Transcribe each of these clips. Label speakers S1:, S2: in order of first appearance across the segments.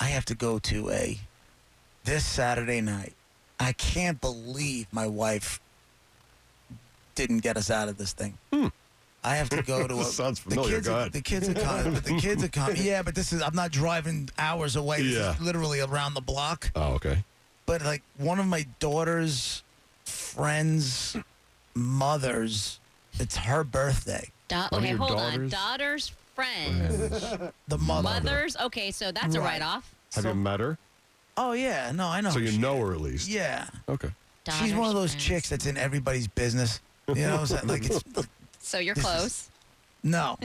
S1: have to go to a this Saturday night. I can't believe my wife didn't get us out of this thing. I have to go to a.
S2: This Hmm. sounds
S1: The
S2: familiar.
S1: kids
S2: Go
S1: are,
S2: ahead.
S1: The kids are coming. the kids are coming. Yeah, but this is. I'm not driving hours away. This
S2: Yeah.
S1: is literally around the block.
S2: Oh, okay.
S1: But like one of my daughter's friends' mothers, it's her birthday.
S3: Da-
S2: One of
S3: okay,
S2: your
S3: hold on.
S2: daughters?
S3: Daughter's friends.
S1: The mother.
S3: Mothers. Okay, so that's a
S1: Right.
S3: write off.
S2: Have you met her?
S1: Oh yeah, no, I know.
S2: So
S1: who
S2: you
S1: she-
S2: know her at least.
S1: Yeah.
S2: Okay.
S1: She's one of those chicks that's in everybody's business. You know what I'm saying? Like it's
S3: So you're
S1: This is-
S3: close.
S1: no.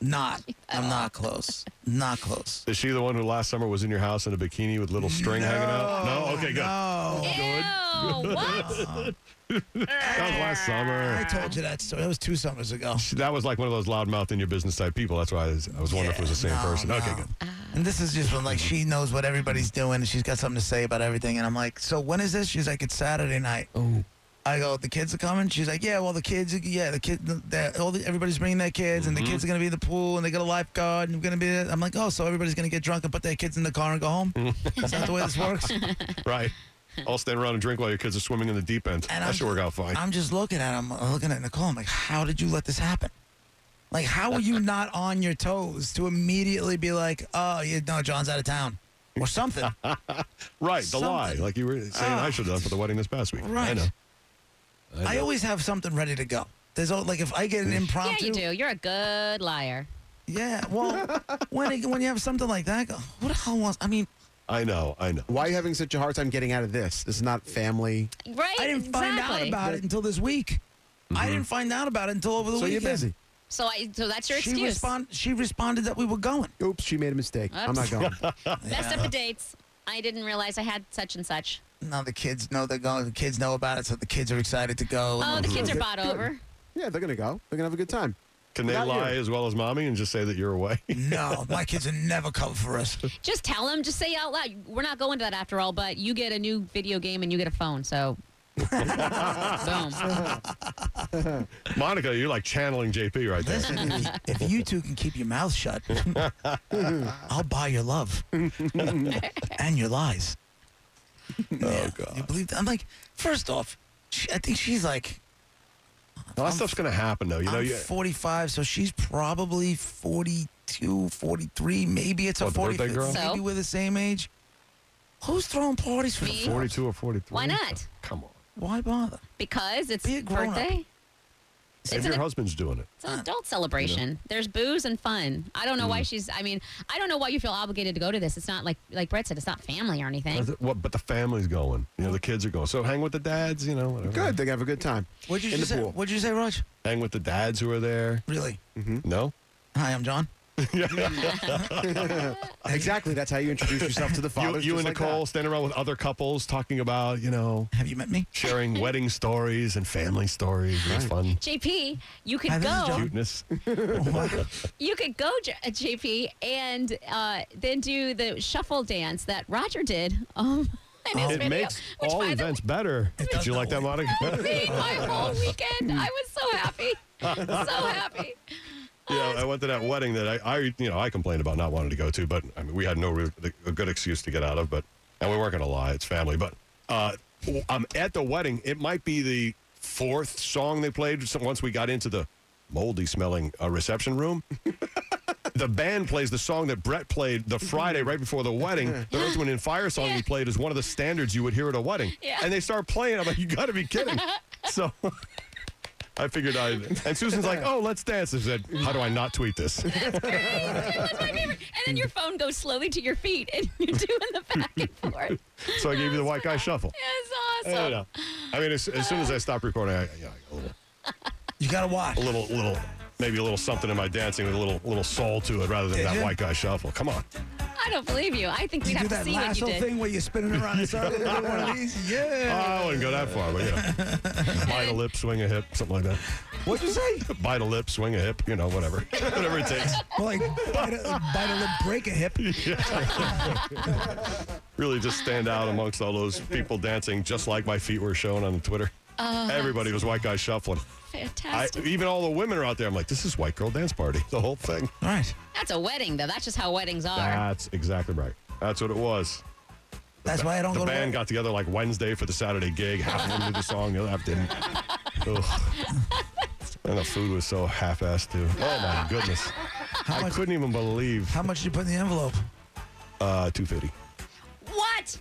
S1: Not. I'm not close. Not close.
S2: Is she the one who last summer was in your house in a bikini with little string hanging out? No. Okay. Good.
S1: No.
S3: Ew, what?
S2: That was last
S1: I
S2: summer.
S1: told you that story. That was two summers ago.
S2: She- That was like one of those loudmouth in your business type people. That's why I was, I was wondering if it was the same
S1: Yeah,
S2: person.
S1: no,
S2: Okay.
S1: no. Ah.
S2: Good.
S1: And this is just when like she knows what everybody's doing and she's got something to say about everything. And I'm like, so when is this? She's like, it's Saturday night. Oh. I go, the kids are coming. She's like, yeah, well, the kids, yeah, the kid, the, all the, everybody's bringing their kids, and the
S2: Mm-hmm.
S1: kids are gonna be in the pool, and they got a lifeguard, and gonna be. I'm like, oh, so everybody's gonna get drunk and put their kids in the car and go home. That's not the way this works.
S2: Right. I'll stand around and drink while your kids are swimming in the deep end.
S1: And
S2: that
S1: I'm-
S2: should work out fine.
S1: I'm just looking at him, uh, looking at Nicole. I'm like, how did you let this happen? Like, how are you not on your toes to immediately be like, oh, you know, John's out of town or something?
S2: right. The lie.
S1: something-
S2: Like you were saying I should have done for the wedding this past week. I
S1: Right.
S2: know.
S1: I always have something ready to go. There's all, like if I get an
S3: Yeah,
S1: impromptu.
S3: you do. You're a good liar.
S1: Yeah, well, when it, when you have something like that, I go, who the hell wants? I mean,
S2: I know. I know.
S4: Why are you having such a hard time getting out of this? This is not family.
S3: Right?
S1: I didn't find out
S3: Exactly.
S1: about it until this week. I didn't find out about it until over the
S4: So you're
S1: weekend.
S4: busy.
S3: So I. So that's your
S1: She,
S3: excuse.
S1: respond, she responded that we were going.
S4: Oops, she made a mistake. I'm not
S3: Oops.
S4: going.
S3: Messed up the dates. I didn't realize I had such and such.
S1: Now the kids know they're going. The kids know about it, so the kids are excited to go.
S3: Oh, the kids are
S4: Good.
S3: bought
S4: Good.
S3: over.
S4: Yeah, they're gonna go. They're gonna have a good time.
S2: Can they
S4: Not you.
S2: lie as well as mommy and just say that you're away?
S1: No, my kids would never come for us.
S3: Just tell them. Just say out loud. We're not going to that after all. But you get a new video game and you get a phone. So. Boom.
S2: Monica, you're like channeling JP right there.
S1: Listen, if, if you two can keep your mouth shut, I'll buy your love and your lies. Oh God! You believe that? I'm like, first off, she, I think she's like,
S2: All that stuff's going to happen, though. You know,
S1: I'm
S2: you,
S1: 45, so she's probably 42, 43. Maybe it's a
S2: What, the birthday
S1: 45.
S2: girl?
S1: Maybe
S3: So?
S1: we're the same age. Who's throwing parties for
S3: Me.
S1: the 40?
S2: 42 or 43.
S3: Why not?
S2: Come on.
S1: Why bother?
S3: Because it's
S1: Be a grown-up.
S3: birthday.
S2: if
S3: It's
S2: your
S3: an,
S2: husband's doing it.
S3: it's an adult celebration. There's booze and fun. I don't know
S1: Hmm.
S3: why she's. I mean, I don't know why you feel obligated to go to this. It's not like like Brett said. It's not family or anything.
S2: What- But, the family's going. You know, the kids are going. So hang with the dads, you know, whatever.
S4: Good. They're gonna have a good time.
S1: What'd you
S4: in the
S1: just say?
S4: pool.
S1: What'd you say, Raj?
S2: Hang with the dads who are there.
S1: Really?
S2: No?
S1: Hi, I'm John.
S4: Exactly. That's how you introduce yourself to the
S2: You,
S4: father.
S2: you and Nicole stand around with other couples talking about, you know,
S1: Have you met me?
S2: sharing wedding stories and family stories. It's fun.
S3: JP, you
S1: Hi,
S3: could
S1: this is
S3: go.
S1: John.
S2: Cuteness.
S1: Oh,
S3: You could go, J- uh, JP, and uh, then do the shuffle dance that Roger did. Um, in his
S2: It
S3: video,
S2: makes
S3: which
S2: all
S3: by the
S2: events better. Did you like that, Monica?
S3: way, my whole weekend, I was so happy, so happy.
S2: Yeah, I went to that wedding that I, I, you know, I complained about not wanting to go to, but I mean, we had no real, a good excuse to get out of. But and we weren't going to lie; it's family. But uh, I'm at the wedding. It might be the fourth song they played so once we got into the moldy-smelling uh, reception room. the band plays the song that Brett played the Friday right before the wedding. The Earth, Wind, and Fire song he
S3: Yeah.
S2: played is one of the standards you would hear at a wedding.
S3: Yeah.
S2: And they start playing. I'm like, you got to be kidding. So. I figured I. And Susan's like, "Oh, let's dance." I said, "How do I not tweet this?"
S3: That's my favorite. And then your phone goes slowly to your feet, and you're doing the back and forth.
S2: So I gave you the white guy shuffle.
S3: It's
S2: I,
S3: awesome.
S2: know. I mean, as, as soon as I stopped recording, I, yeah, a little,
S1: You gotta watch.
S2: a little, little, maybe a little something in my dancing with a little, little soul to it, rather than
S1: Did
S2: that
S1: you?
S2: white guy shuffle. Come on,
S3: I don't believe you. I think we'd
S1: You do
S3: have to
S1: that
S3: see what you
S1: lasso
S3: did.
S1: thing where you're spinning around in circles. you do one of these. Yeah.
S2: I wouldn't go that far, but yeah, bite a lip, swing a hip, something like that.
S1: What'd you say?
S2: Bite a lip, swing a hip, you know, whatever, whatever it takes.
S1: Well, like bite a, bite a lip, break a hip.
S2: Really, just stand out amongst all those people dancing, just like my feet were showing on the Twitter. Everybody was white guy shuffling. I,
S3: Fantastic.
S2: even all the women are out there. I'm like, this is white girl dance party, the whole thing.
S1: All right.
S3: That's a wedding, though. That's just how weddings are.
S2: That's exactly right. That's what it was.
S1: That's why I don't
S2: The
S1: go to
S2: band
S1: work.
S2: got together like Wednesday for the Saturday gig. Half of them did the song, the other half didn't. Ugh. And the food was so half-assed too. Oh my goodness! I
S1: much-
S2: couldn't even believe
S1: How much did you put in the envelope?
S2: uh, two fifty.
S3: What?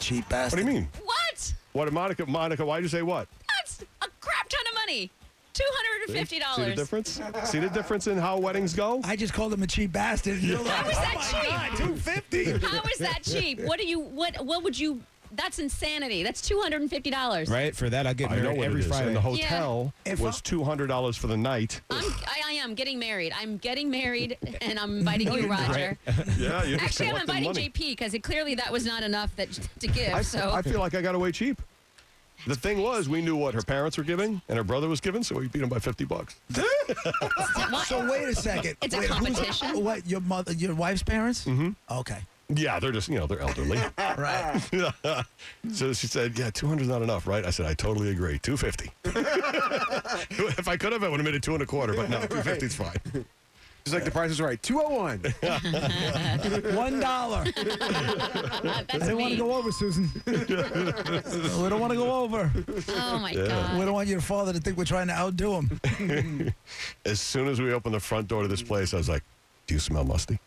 S1: Cheap
S2: What
S1: bastard.
S2: do you mean?
S3: What?
S2: What, Monica? Monica, why'd you say what?
S3: That's a crap ton of money. Two hundred and
S2: See
S3: fifty
S2: the
S3: dollars.
S2: difference? See the difference in how weddings go?
S1: I just called him a cheap bastard. You're like, "Oh
S3: How is that cheap?
S1: two fifty.
S3: How is that cheap? What do you? What? What would you? That's insanity. That's two hundred and fifty dollars.
S5: Right? For that, I'll get
S2: I know
S5: married
S2: what
S5: every
S2: it is.
S5: Friday.
S2: And the hotel
S1: If
S2: was
S1: I-
S2: two hundred dollars for the night.
S3: I'm, I, I am getting married. I'm getting married, and I'm inviting you, Roger.
S2: Yeah, you're just
S3: Actually, I'm
S2: collecting
S3: inviting
S2: money.
S3: JP because clearly that was not enough that to give.
S2: I,
S3: so
S2: I feel like I got away cheap. The thing was, we knew what her parents were giving and her brother was giving, so we beat him by fifty bucks.
S3: What?
S1: So wait a second.
S3: It's a
S1: Wait, who's-
S3: competition.
S1: What your mother, your wife's parents? Mm-hmm. Okay.
S2: Yeah, they're just you know they're elderly.
S1: Right.
S2: so she said, "Yeah, two hundred's not enough, right?" I said, "I totally agree. Two fifty. if I could have, I would have made it two and a quarter, but no, two fifty's fine."
S4: Just like the price is right. 201.
S1: One dollar. I
S3: that's
S1: don't want to
S3: me.
S1: go over, Susan. we don't want to go over.
S3: oh my
S1: We
S3: god.
S1: don't want your father to think we're trying to outdo him.
S2: As soon as we opened the front door to this place, I was like, "Do you smell musty?"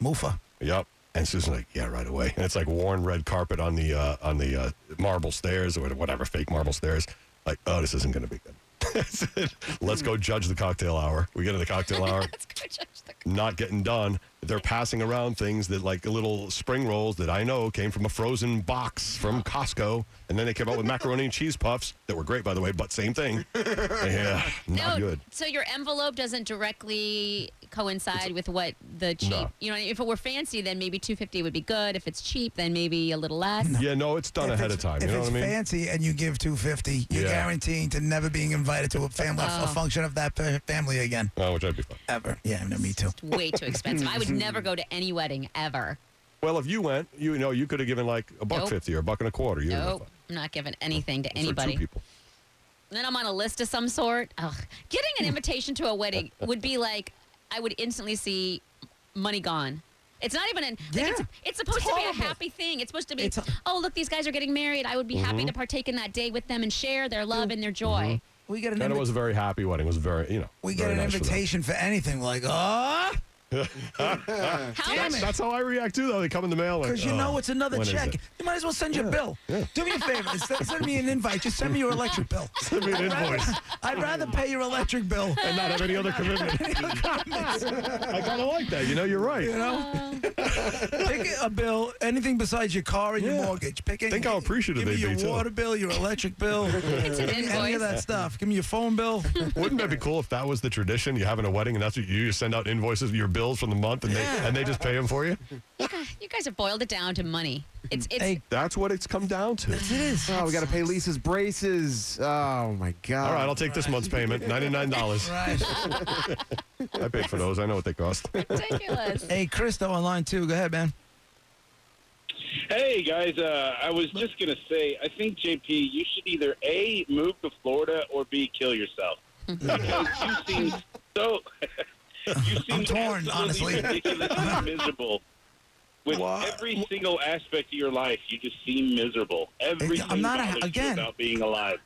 S1: Mufa.
S2: Yep. And Susan's like, yeah, right away. And it's like worn red carpet on the uh, on the uh, marble stairs or whatever fake marble stairs. Like, oh, this isn't going to be good. I said, Let's go judge the cocktail hour. We get to the cocktail hour,
S3: Let's go judge the
S2: not getting done. They're passing around things that like little spring rolls that I know came from a frozen box from Costco, and then they came out with macaroni and cheese puffs that were great, by the way, but same thing. Yeah, not good.
S3: So your envelope doesn't directly coincide with what the cheap.
S2: No.
S3: You know, if it were fancy, then maybe two fifty would be good. If it's cheap, then maybe a little less.
S2: Yeah, no, it's done
S1: If
S2: ahead
S1: it's-
S2: of time. You
S1: If
S2: know
S1: it's
S2: what I mean?
S1: fancy and you give two fifty, you're
S2: Yeah.
S1: guaranteeing to never being invited to a family a
S3: Oh.
S1: function of that pa- family again
S2: oh, which I'd be fine.
S1: ever. Yeah, no, me too.
S3: It's way too expensive. I would never go to any wedding ever.
S2: Well, if you went, you know, you could have given like a buck
S3: Nope.
S2: fifty or a buck and a quarter. You would've
S3: Nope.
S2: been
S3: I'm not giving anything to
S2: fine. It's For two
S3: anybody.
S2: people.
S3: Then I'm on a list of some sort. Ugh. Getting an invitation to a wedding would be like I would instantly see money gone. It's not even an. like, it's,
S1: Yeah.
S3: it's supposed
S1: It's
S3: to be a
S1: horrible.
S3: happy thing. It's supposed to be.
S1: It's a-
S3: oh look, these guys are getting married. I would be happy to partake in that day with them and share their love and their joy.
S1: We get an
S2: And it
S1: invi-
S2: was a very happy wedding. It was very, you know,
S1: we get
S2: very
S1: an
S2: nice for them.
S1: invitation for, anything. We're like, oh,
S3: How
S1: Damn
S3: much?
S1: it.
S2: That's how I react too. Though they come in the mail
S1: because
S2: like,
S1: you
S2: oh,
S1: know it's another
S2: when is
S1: check.
S2: it?
S1: You might as well send your bill. Do me a favor. Instead of sending me an invite, just send me your electric bill.
S2: Send me an invoice
S1: I'd rather pay your electric bill.
S2: and not have any other commitment. I kind of like that. You know, you're right.
S1: You know, pick a bill, anything besides your car and your
S2: Yeah.
S1: mortgage. Pick any,
S2: Think how appreciative
S1: give me
S2: they'd
S1: your
S2: be, too.
S1: water bill, your electric bill,
S3: It's an
S1: any
S3: invoice.
S1: of that stuff. Give me your phone bill.
S2: Wouldn't that be cool if that was the tradition? You having a wedding and that's what you, you send out invoices, your bills from the month, and they and they just pay them for you.
S3: You guys have boiled it down to money. It's it's.
S1: Hey,
S2: That's what it's come down to.
S4: oh, we got to pay Lisa's braces. Oh, my God.
S2: All right, I'll take this month's payment, ninety nine dollars.
S1: right.
S2: I paid for those. I know what they cost.
S3: Ridiculous.
S1: Hey, Christo online too. Go ahead, man.
S6: Hey guys, uh, I was just gonna say, I think JP, you should either a move to Florida or b kill yourself. Because you seem so. you seem
S1: I'm torn,
S6: absolutely
S1: honestly.
S6: ridiculously miserable. With
S2: Why?
S6: every single aspect of your life, you just seem miserable. Everything
S1: I'm not a-
S6: bothers you
S1: again.
S6: about being alive.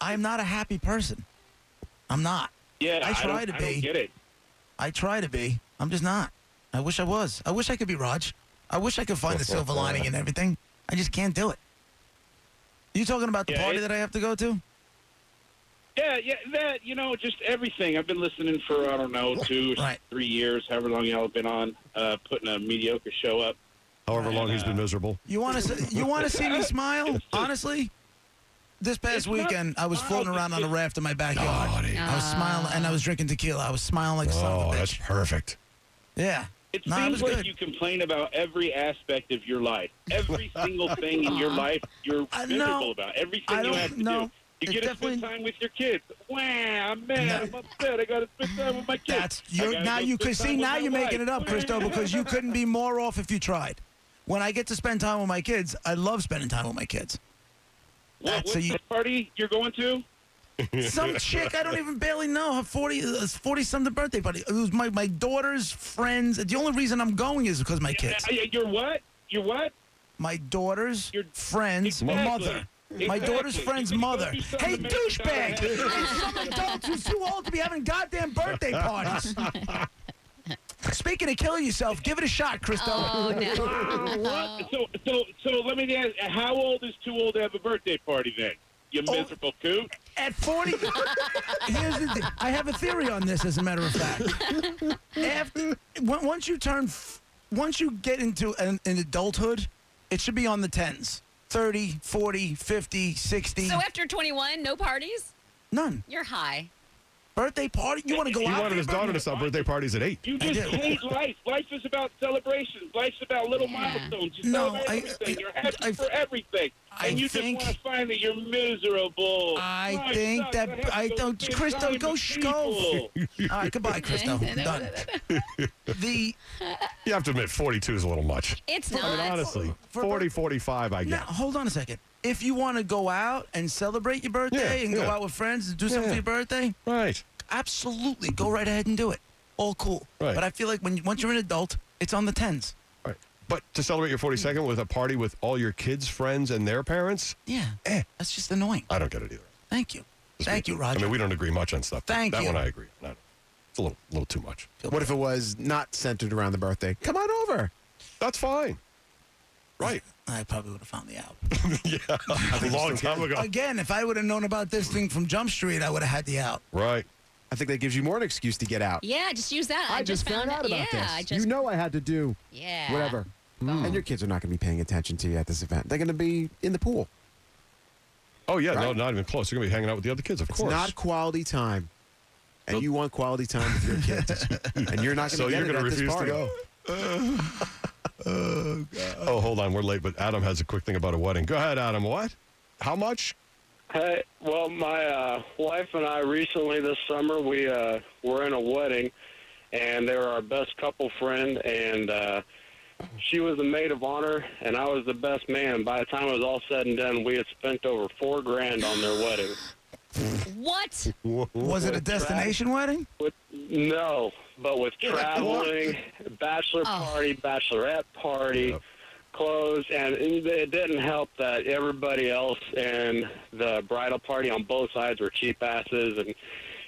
S1: I'm not a happy person. I'm not.
S6: Yeah,
S1: I
S6: I,
S1: try
S6: don't,
S1: to
S6: I don't
S1: be.
S6: get it.
S1: I try to be. I'm just not. I wish I was. I wish I could be Raj. I wish I could find the silver lining in everything. I just can't do it. You talking about the
S6: Yeah,
S1: party
S6: it-
S1: that I have to go to?
S6: Yeah, yeah, that you know, just everything. I've been listening for I don't know two, or
S1: Right.
S6: three years, however long y'all have been on, uh, putting a mediocre show up.
S2: However long he's been miserable.
S1: You want to you want to see me smile? Honestly, this past
S6: It's not
S1: weekend I was floating around on a raft in my backyard.
S2: Naughty.
S1: I was smiling and I was drinking tequila. I was smiling like a son of
S2: Oh,
S1: a
S2: that's
S1: bitch.
S2: perfect.
S1: Yeah.
S6: It
S1: No, it
S6: seems
S1: was
S6: like
S1: good.
S6: you complain about every aspect of your life. Every single thing in your life, you're
S1: I know.
S6: miserable about. Everything
S1: I
S6: you
S1: don't
S6: have to
S1: know.
S6: do. You
S1: It's
S6: get a
S1: definitely-
S6: good time with your kids. Wow, I'm
S1: No.
S6: mad. I'm upset. I got to spend time with my kids.
S1: That's you're, now you could
S6: could
S1: see now you're making it up, Christo, because you couldn't be more off if you tried. When I get to spend time with my kids, I love spending time with my kids.
S6: What,
S1: that's
S6: what's
S1: a-
S6: the party you're going to?
S1: Some chick I don't even barely know her forty uh, forty something birthday party. It was my my daughter's friends. The only reason I'm going is because my kids.
S6: Uh, You're what? You're what?
S1: My daughter's
S6: Your-
S1: friend's
S6: Exactly.
S1: mother. My daughter's
S6: Exactly.
S1: friend's
S6: You go
S1: mother.
S6: do something
S1: Hey,
S6: to make it better.
S1: douchebag! It's some adult who's too old to be having goddamn birthday parties. Speaking of killing yourself, give it a shot, Christo.
S3: Oh no.
S6: What? So, so, so let me ask, how old is too old to have a birthday party then? You
S1: Oh.
S6: miserable coot.
S1: At 40, here's the thing. I have a theory on this, as a matter of fact. After, on- once you turn, f- once you get into an, an adulthood, it should be on the tens 30, 40, 50, 60.
S3: So after 21, no parties?
S1: None.
S3: You're high.
S1: Birthday party? You want to go
S2: He
S1: out?
S2: wanted
S1: for
S2: his
S1: your
S2: daughter to
S1: birthday?
S2: stop birthday parties at eight.
S6: You
S1: I
S6: just
S1: do.
S6: hate life. Life is about celebrations. Life's about little
S3: Yeah.
S6: milestones. You
S1: No,
S6: celebrate
S1: I-
S6: everything.
S1: I-
S6: You're happy
S1: I-
S6: for everything.
S1: I
S6: and you
S1: think-
S6: just want to find that you're miserable.
S1: I
S6: Life
S1: think
S6: sucks.
S1: that-
S6: have to
S1: I
S6: go
S1: don't-
S6: spend
S1: Chris, don't
S6: time
S1: go
S6: with
S1: sh- go.
S6: people.
S1: All right, goodbye, Christo. I'm done. the
S2: You have to admit, 42 is a little much.
S3: It's
S2: I mean,
S3: not.
S2: honestly,
S1: For-
S2: 40, 45, I
S1: now,
S2: get.
S1: hold on a second. If you want to go out and celebrate your birthday
S2: Yeah,
S1: and go
S2: yeah.
S1: out with friends and do something
S2: Yeah.
S1: for your birthday,
S2: Right.
S1: absolutely go right ahead and do it. All cool.
S2: Right.
S1: But I feel like when you- once you're an adult, it's on the tens.
S2: Right. But to celebrate your 42nd with a party with all your kids' friends and their parents,
S1: Yeah. Eh, That's just annoying.
S2: I don't get it either.
S1: Thank you. Thank you, Roger.
S2: Uh, I mean, we don't agree much on stuff. but
S1: Thank
S2: that
S1: you.
S2: one I agree. on. It's a little, little too much.
S4: What if it was not centered around the birthday? Come on over.
S2: That's fine. Right.
S1: I probably would have found the out.
S2: A long time ago.
S1: Again, if I would have known about this thing from Jump Street, I would have had the out.
S2: Right.
S4: I think that gives you more an excuse to get out.
S3: Yeah, just use that. I, just, found
S4: out about
S3: yeah,
S4: this.
S3: I just
S4: you know I had to do
S3: yeah.
S4: whatever.
S2: Mm.
S4: And your kids are not going to be paying attention to you at this event. They're going to be in the pool.
S2: Oh, yeah. No,
S4: Right.
S2: not even close. You're going to be hanging out with the other kids, of
S4: It's
S2: course.
S4: not quality time. And
S2: Nope.
S4: you want quality time with your kids. and you're not going
S2: So
S4: to get
S2: you're
S4: it
S2: gonna
S4: at this
S2: refuse to
S4: party.
S2: go. oh, hold on. We're late, but Adam has a quick thing about a wedding. Go ahead, Adam. What? How much?
S5: Hey, well, my uh, wife and I recently this summer we uh, were in a wedding, and they were our best couple friend, and uh, she was the maid of honor, and I was the best man. By the time it was all said and done, we had spent over four grand on their wedding.
S3: What?
S1: Was it a destination wedding?
S5: With no, but with traveling, bachelor party, bachelorette party,
S2: Yep.
S5: clothes, and it didn't help that everybody else and the bridal party on both sides were cheap asses, and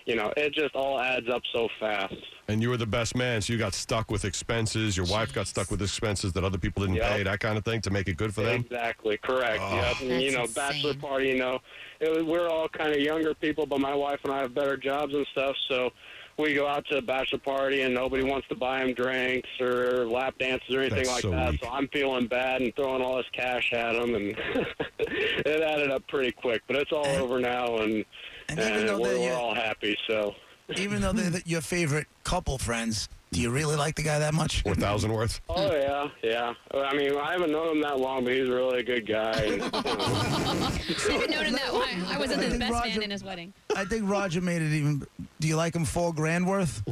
S5: you know it just all adds up so fast.
S2: And you were the best man, so you got stuck with expenses. Your wife got stuck with expenses that other people didn't
S5: Yep.
S2: pay, that kind of thing, to make it good for them.
S5: Exactly, correct.
S2: Oh.
S5: Yep. And, you know,
S3: That's
S5: bachelor
S3: insane.
S5: party. You know, it was, we're all kind of younger people, but my wife and I have better jobs and stuff, so. We go out to a bachelor party and nobody wants to buy them drinks or lap dances or anything
S2: That's
S5: like
S2: so
S5: that.
S2: weak.
S5: So I'm feeling bad and throwing all this cash at them, and it added up pretty quick. But it's all
S1: And-
S5: over now, and,
S1: and
S5: and,
S1: even
S6: Uh,
S1: though uh,
S5: we're,
S1: they-
S5: we're all happy. So
S1: Even though they're the, your favorite couple friends, do you really like the guy that much?
S2: Four thousand worth.
S5: Oh yeah, yeah. I mean, I haven't known him that long, but he's really a good guy. And, you know,
S3: I didn't know that. Why? I wasn't
S1: I
S3: the
S1: think
S3: best
S1: Roger-
S3: man in his wedding.
S1: I think Roger made it even. Do you like him four grand worth?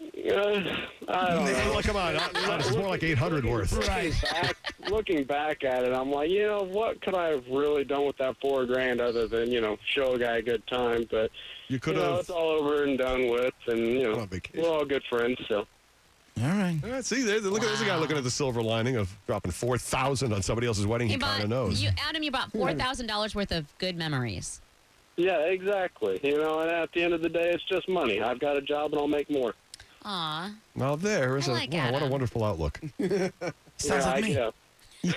S5: uh, I don't know.
S2: Well, come on, it's more like eight hundred worth.
S1: Right.
S5: Back, looking back at it, I'm like, you know, what could I have really done with that four grand other than you know show a guy a good time? But
S2: You
S5: you
S2: could
S5: know,
S2: have.
S5: it's all over and done with, and you
S2: Went
S5: know,
S2: on vacation.
S5: we're all good friends. So
S1: All right.
S2: All right, see, there's, look at this guy
S3: Wow.
S2: looking at the silver lining of dropping four thousand on somebody else's wedding. He,
S3: You
S2: kind
S3: bought,
S2: of knows.
S3: you, Adam, you bought four thousand dollars worth of good memories.
S5: yeah, exactly. You know, and at the end of the day, it's just money. I've got a job, and I'll make more.
S3: Aw,
S2: Now there is a
S3: I like
S2: wow, what a
S3: Adam.
S2: wonderful outlook.
S1: Sounds
S5: yeah,
S1: like
S5: I,
S1: me.
S5: yeah.
S3: yeah,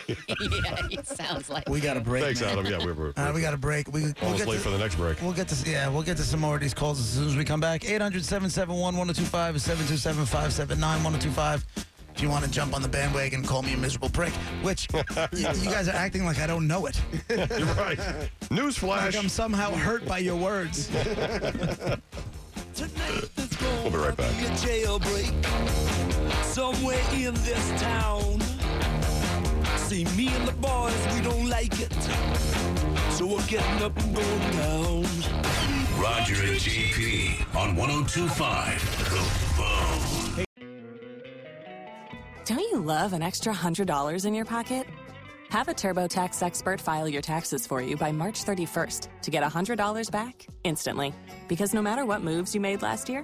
S3: it sounds like
S1: We got a
S3: you.
S1: break.
S2: Thanks,
S1: man.
S2: Adam. Yeah, we were
S1: All right, we got a break. We, we'll,
S2: almost
S1: get
S2: late for
S1: to,
S2: the next break.
S1: we'll get to yeah, we'll get to some more of these calls as soon as we come back. 800-771-1025 is 727-579-1025. If you want to jump on the bandwagon, call me a miserable prick. Which y- you guys are acting like I don't know it.
S2: You're right.
S1: Like I'm
S2: Newsflash.
S1: somehow hurt by your words.
S7: Tonight, let's go
S2: We'll be right back.
S7: having A jailbreak somewhere in this town. See, me and the boys, we don't like it, so we're getting up and going down.
S8: Roger and JP on 1025 The Bone.
S9: Don't you love an extra $100 in your pocket? Have a TurboTax expert file your taxes for you by March 31st to get $100 back instantly. Because no matter what moves you made last year,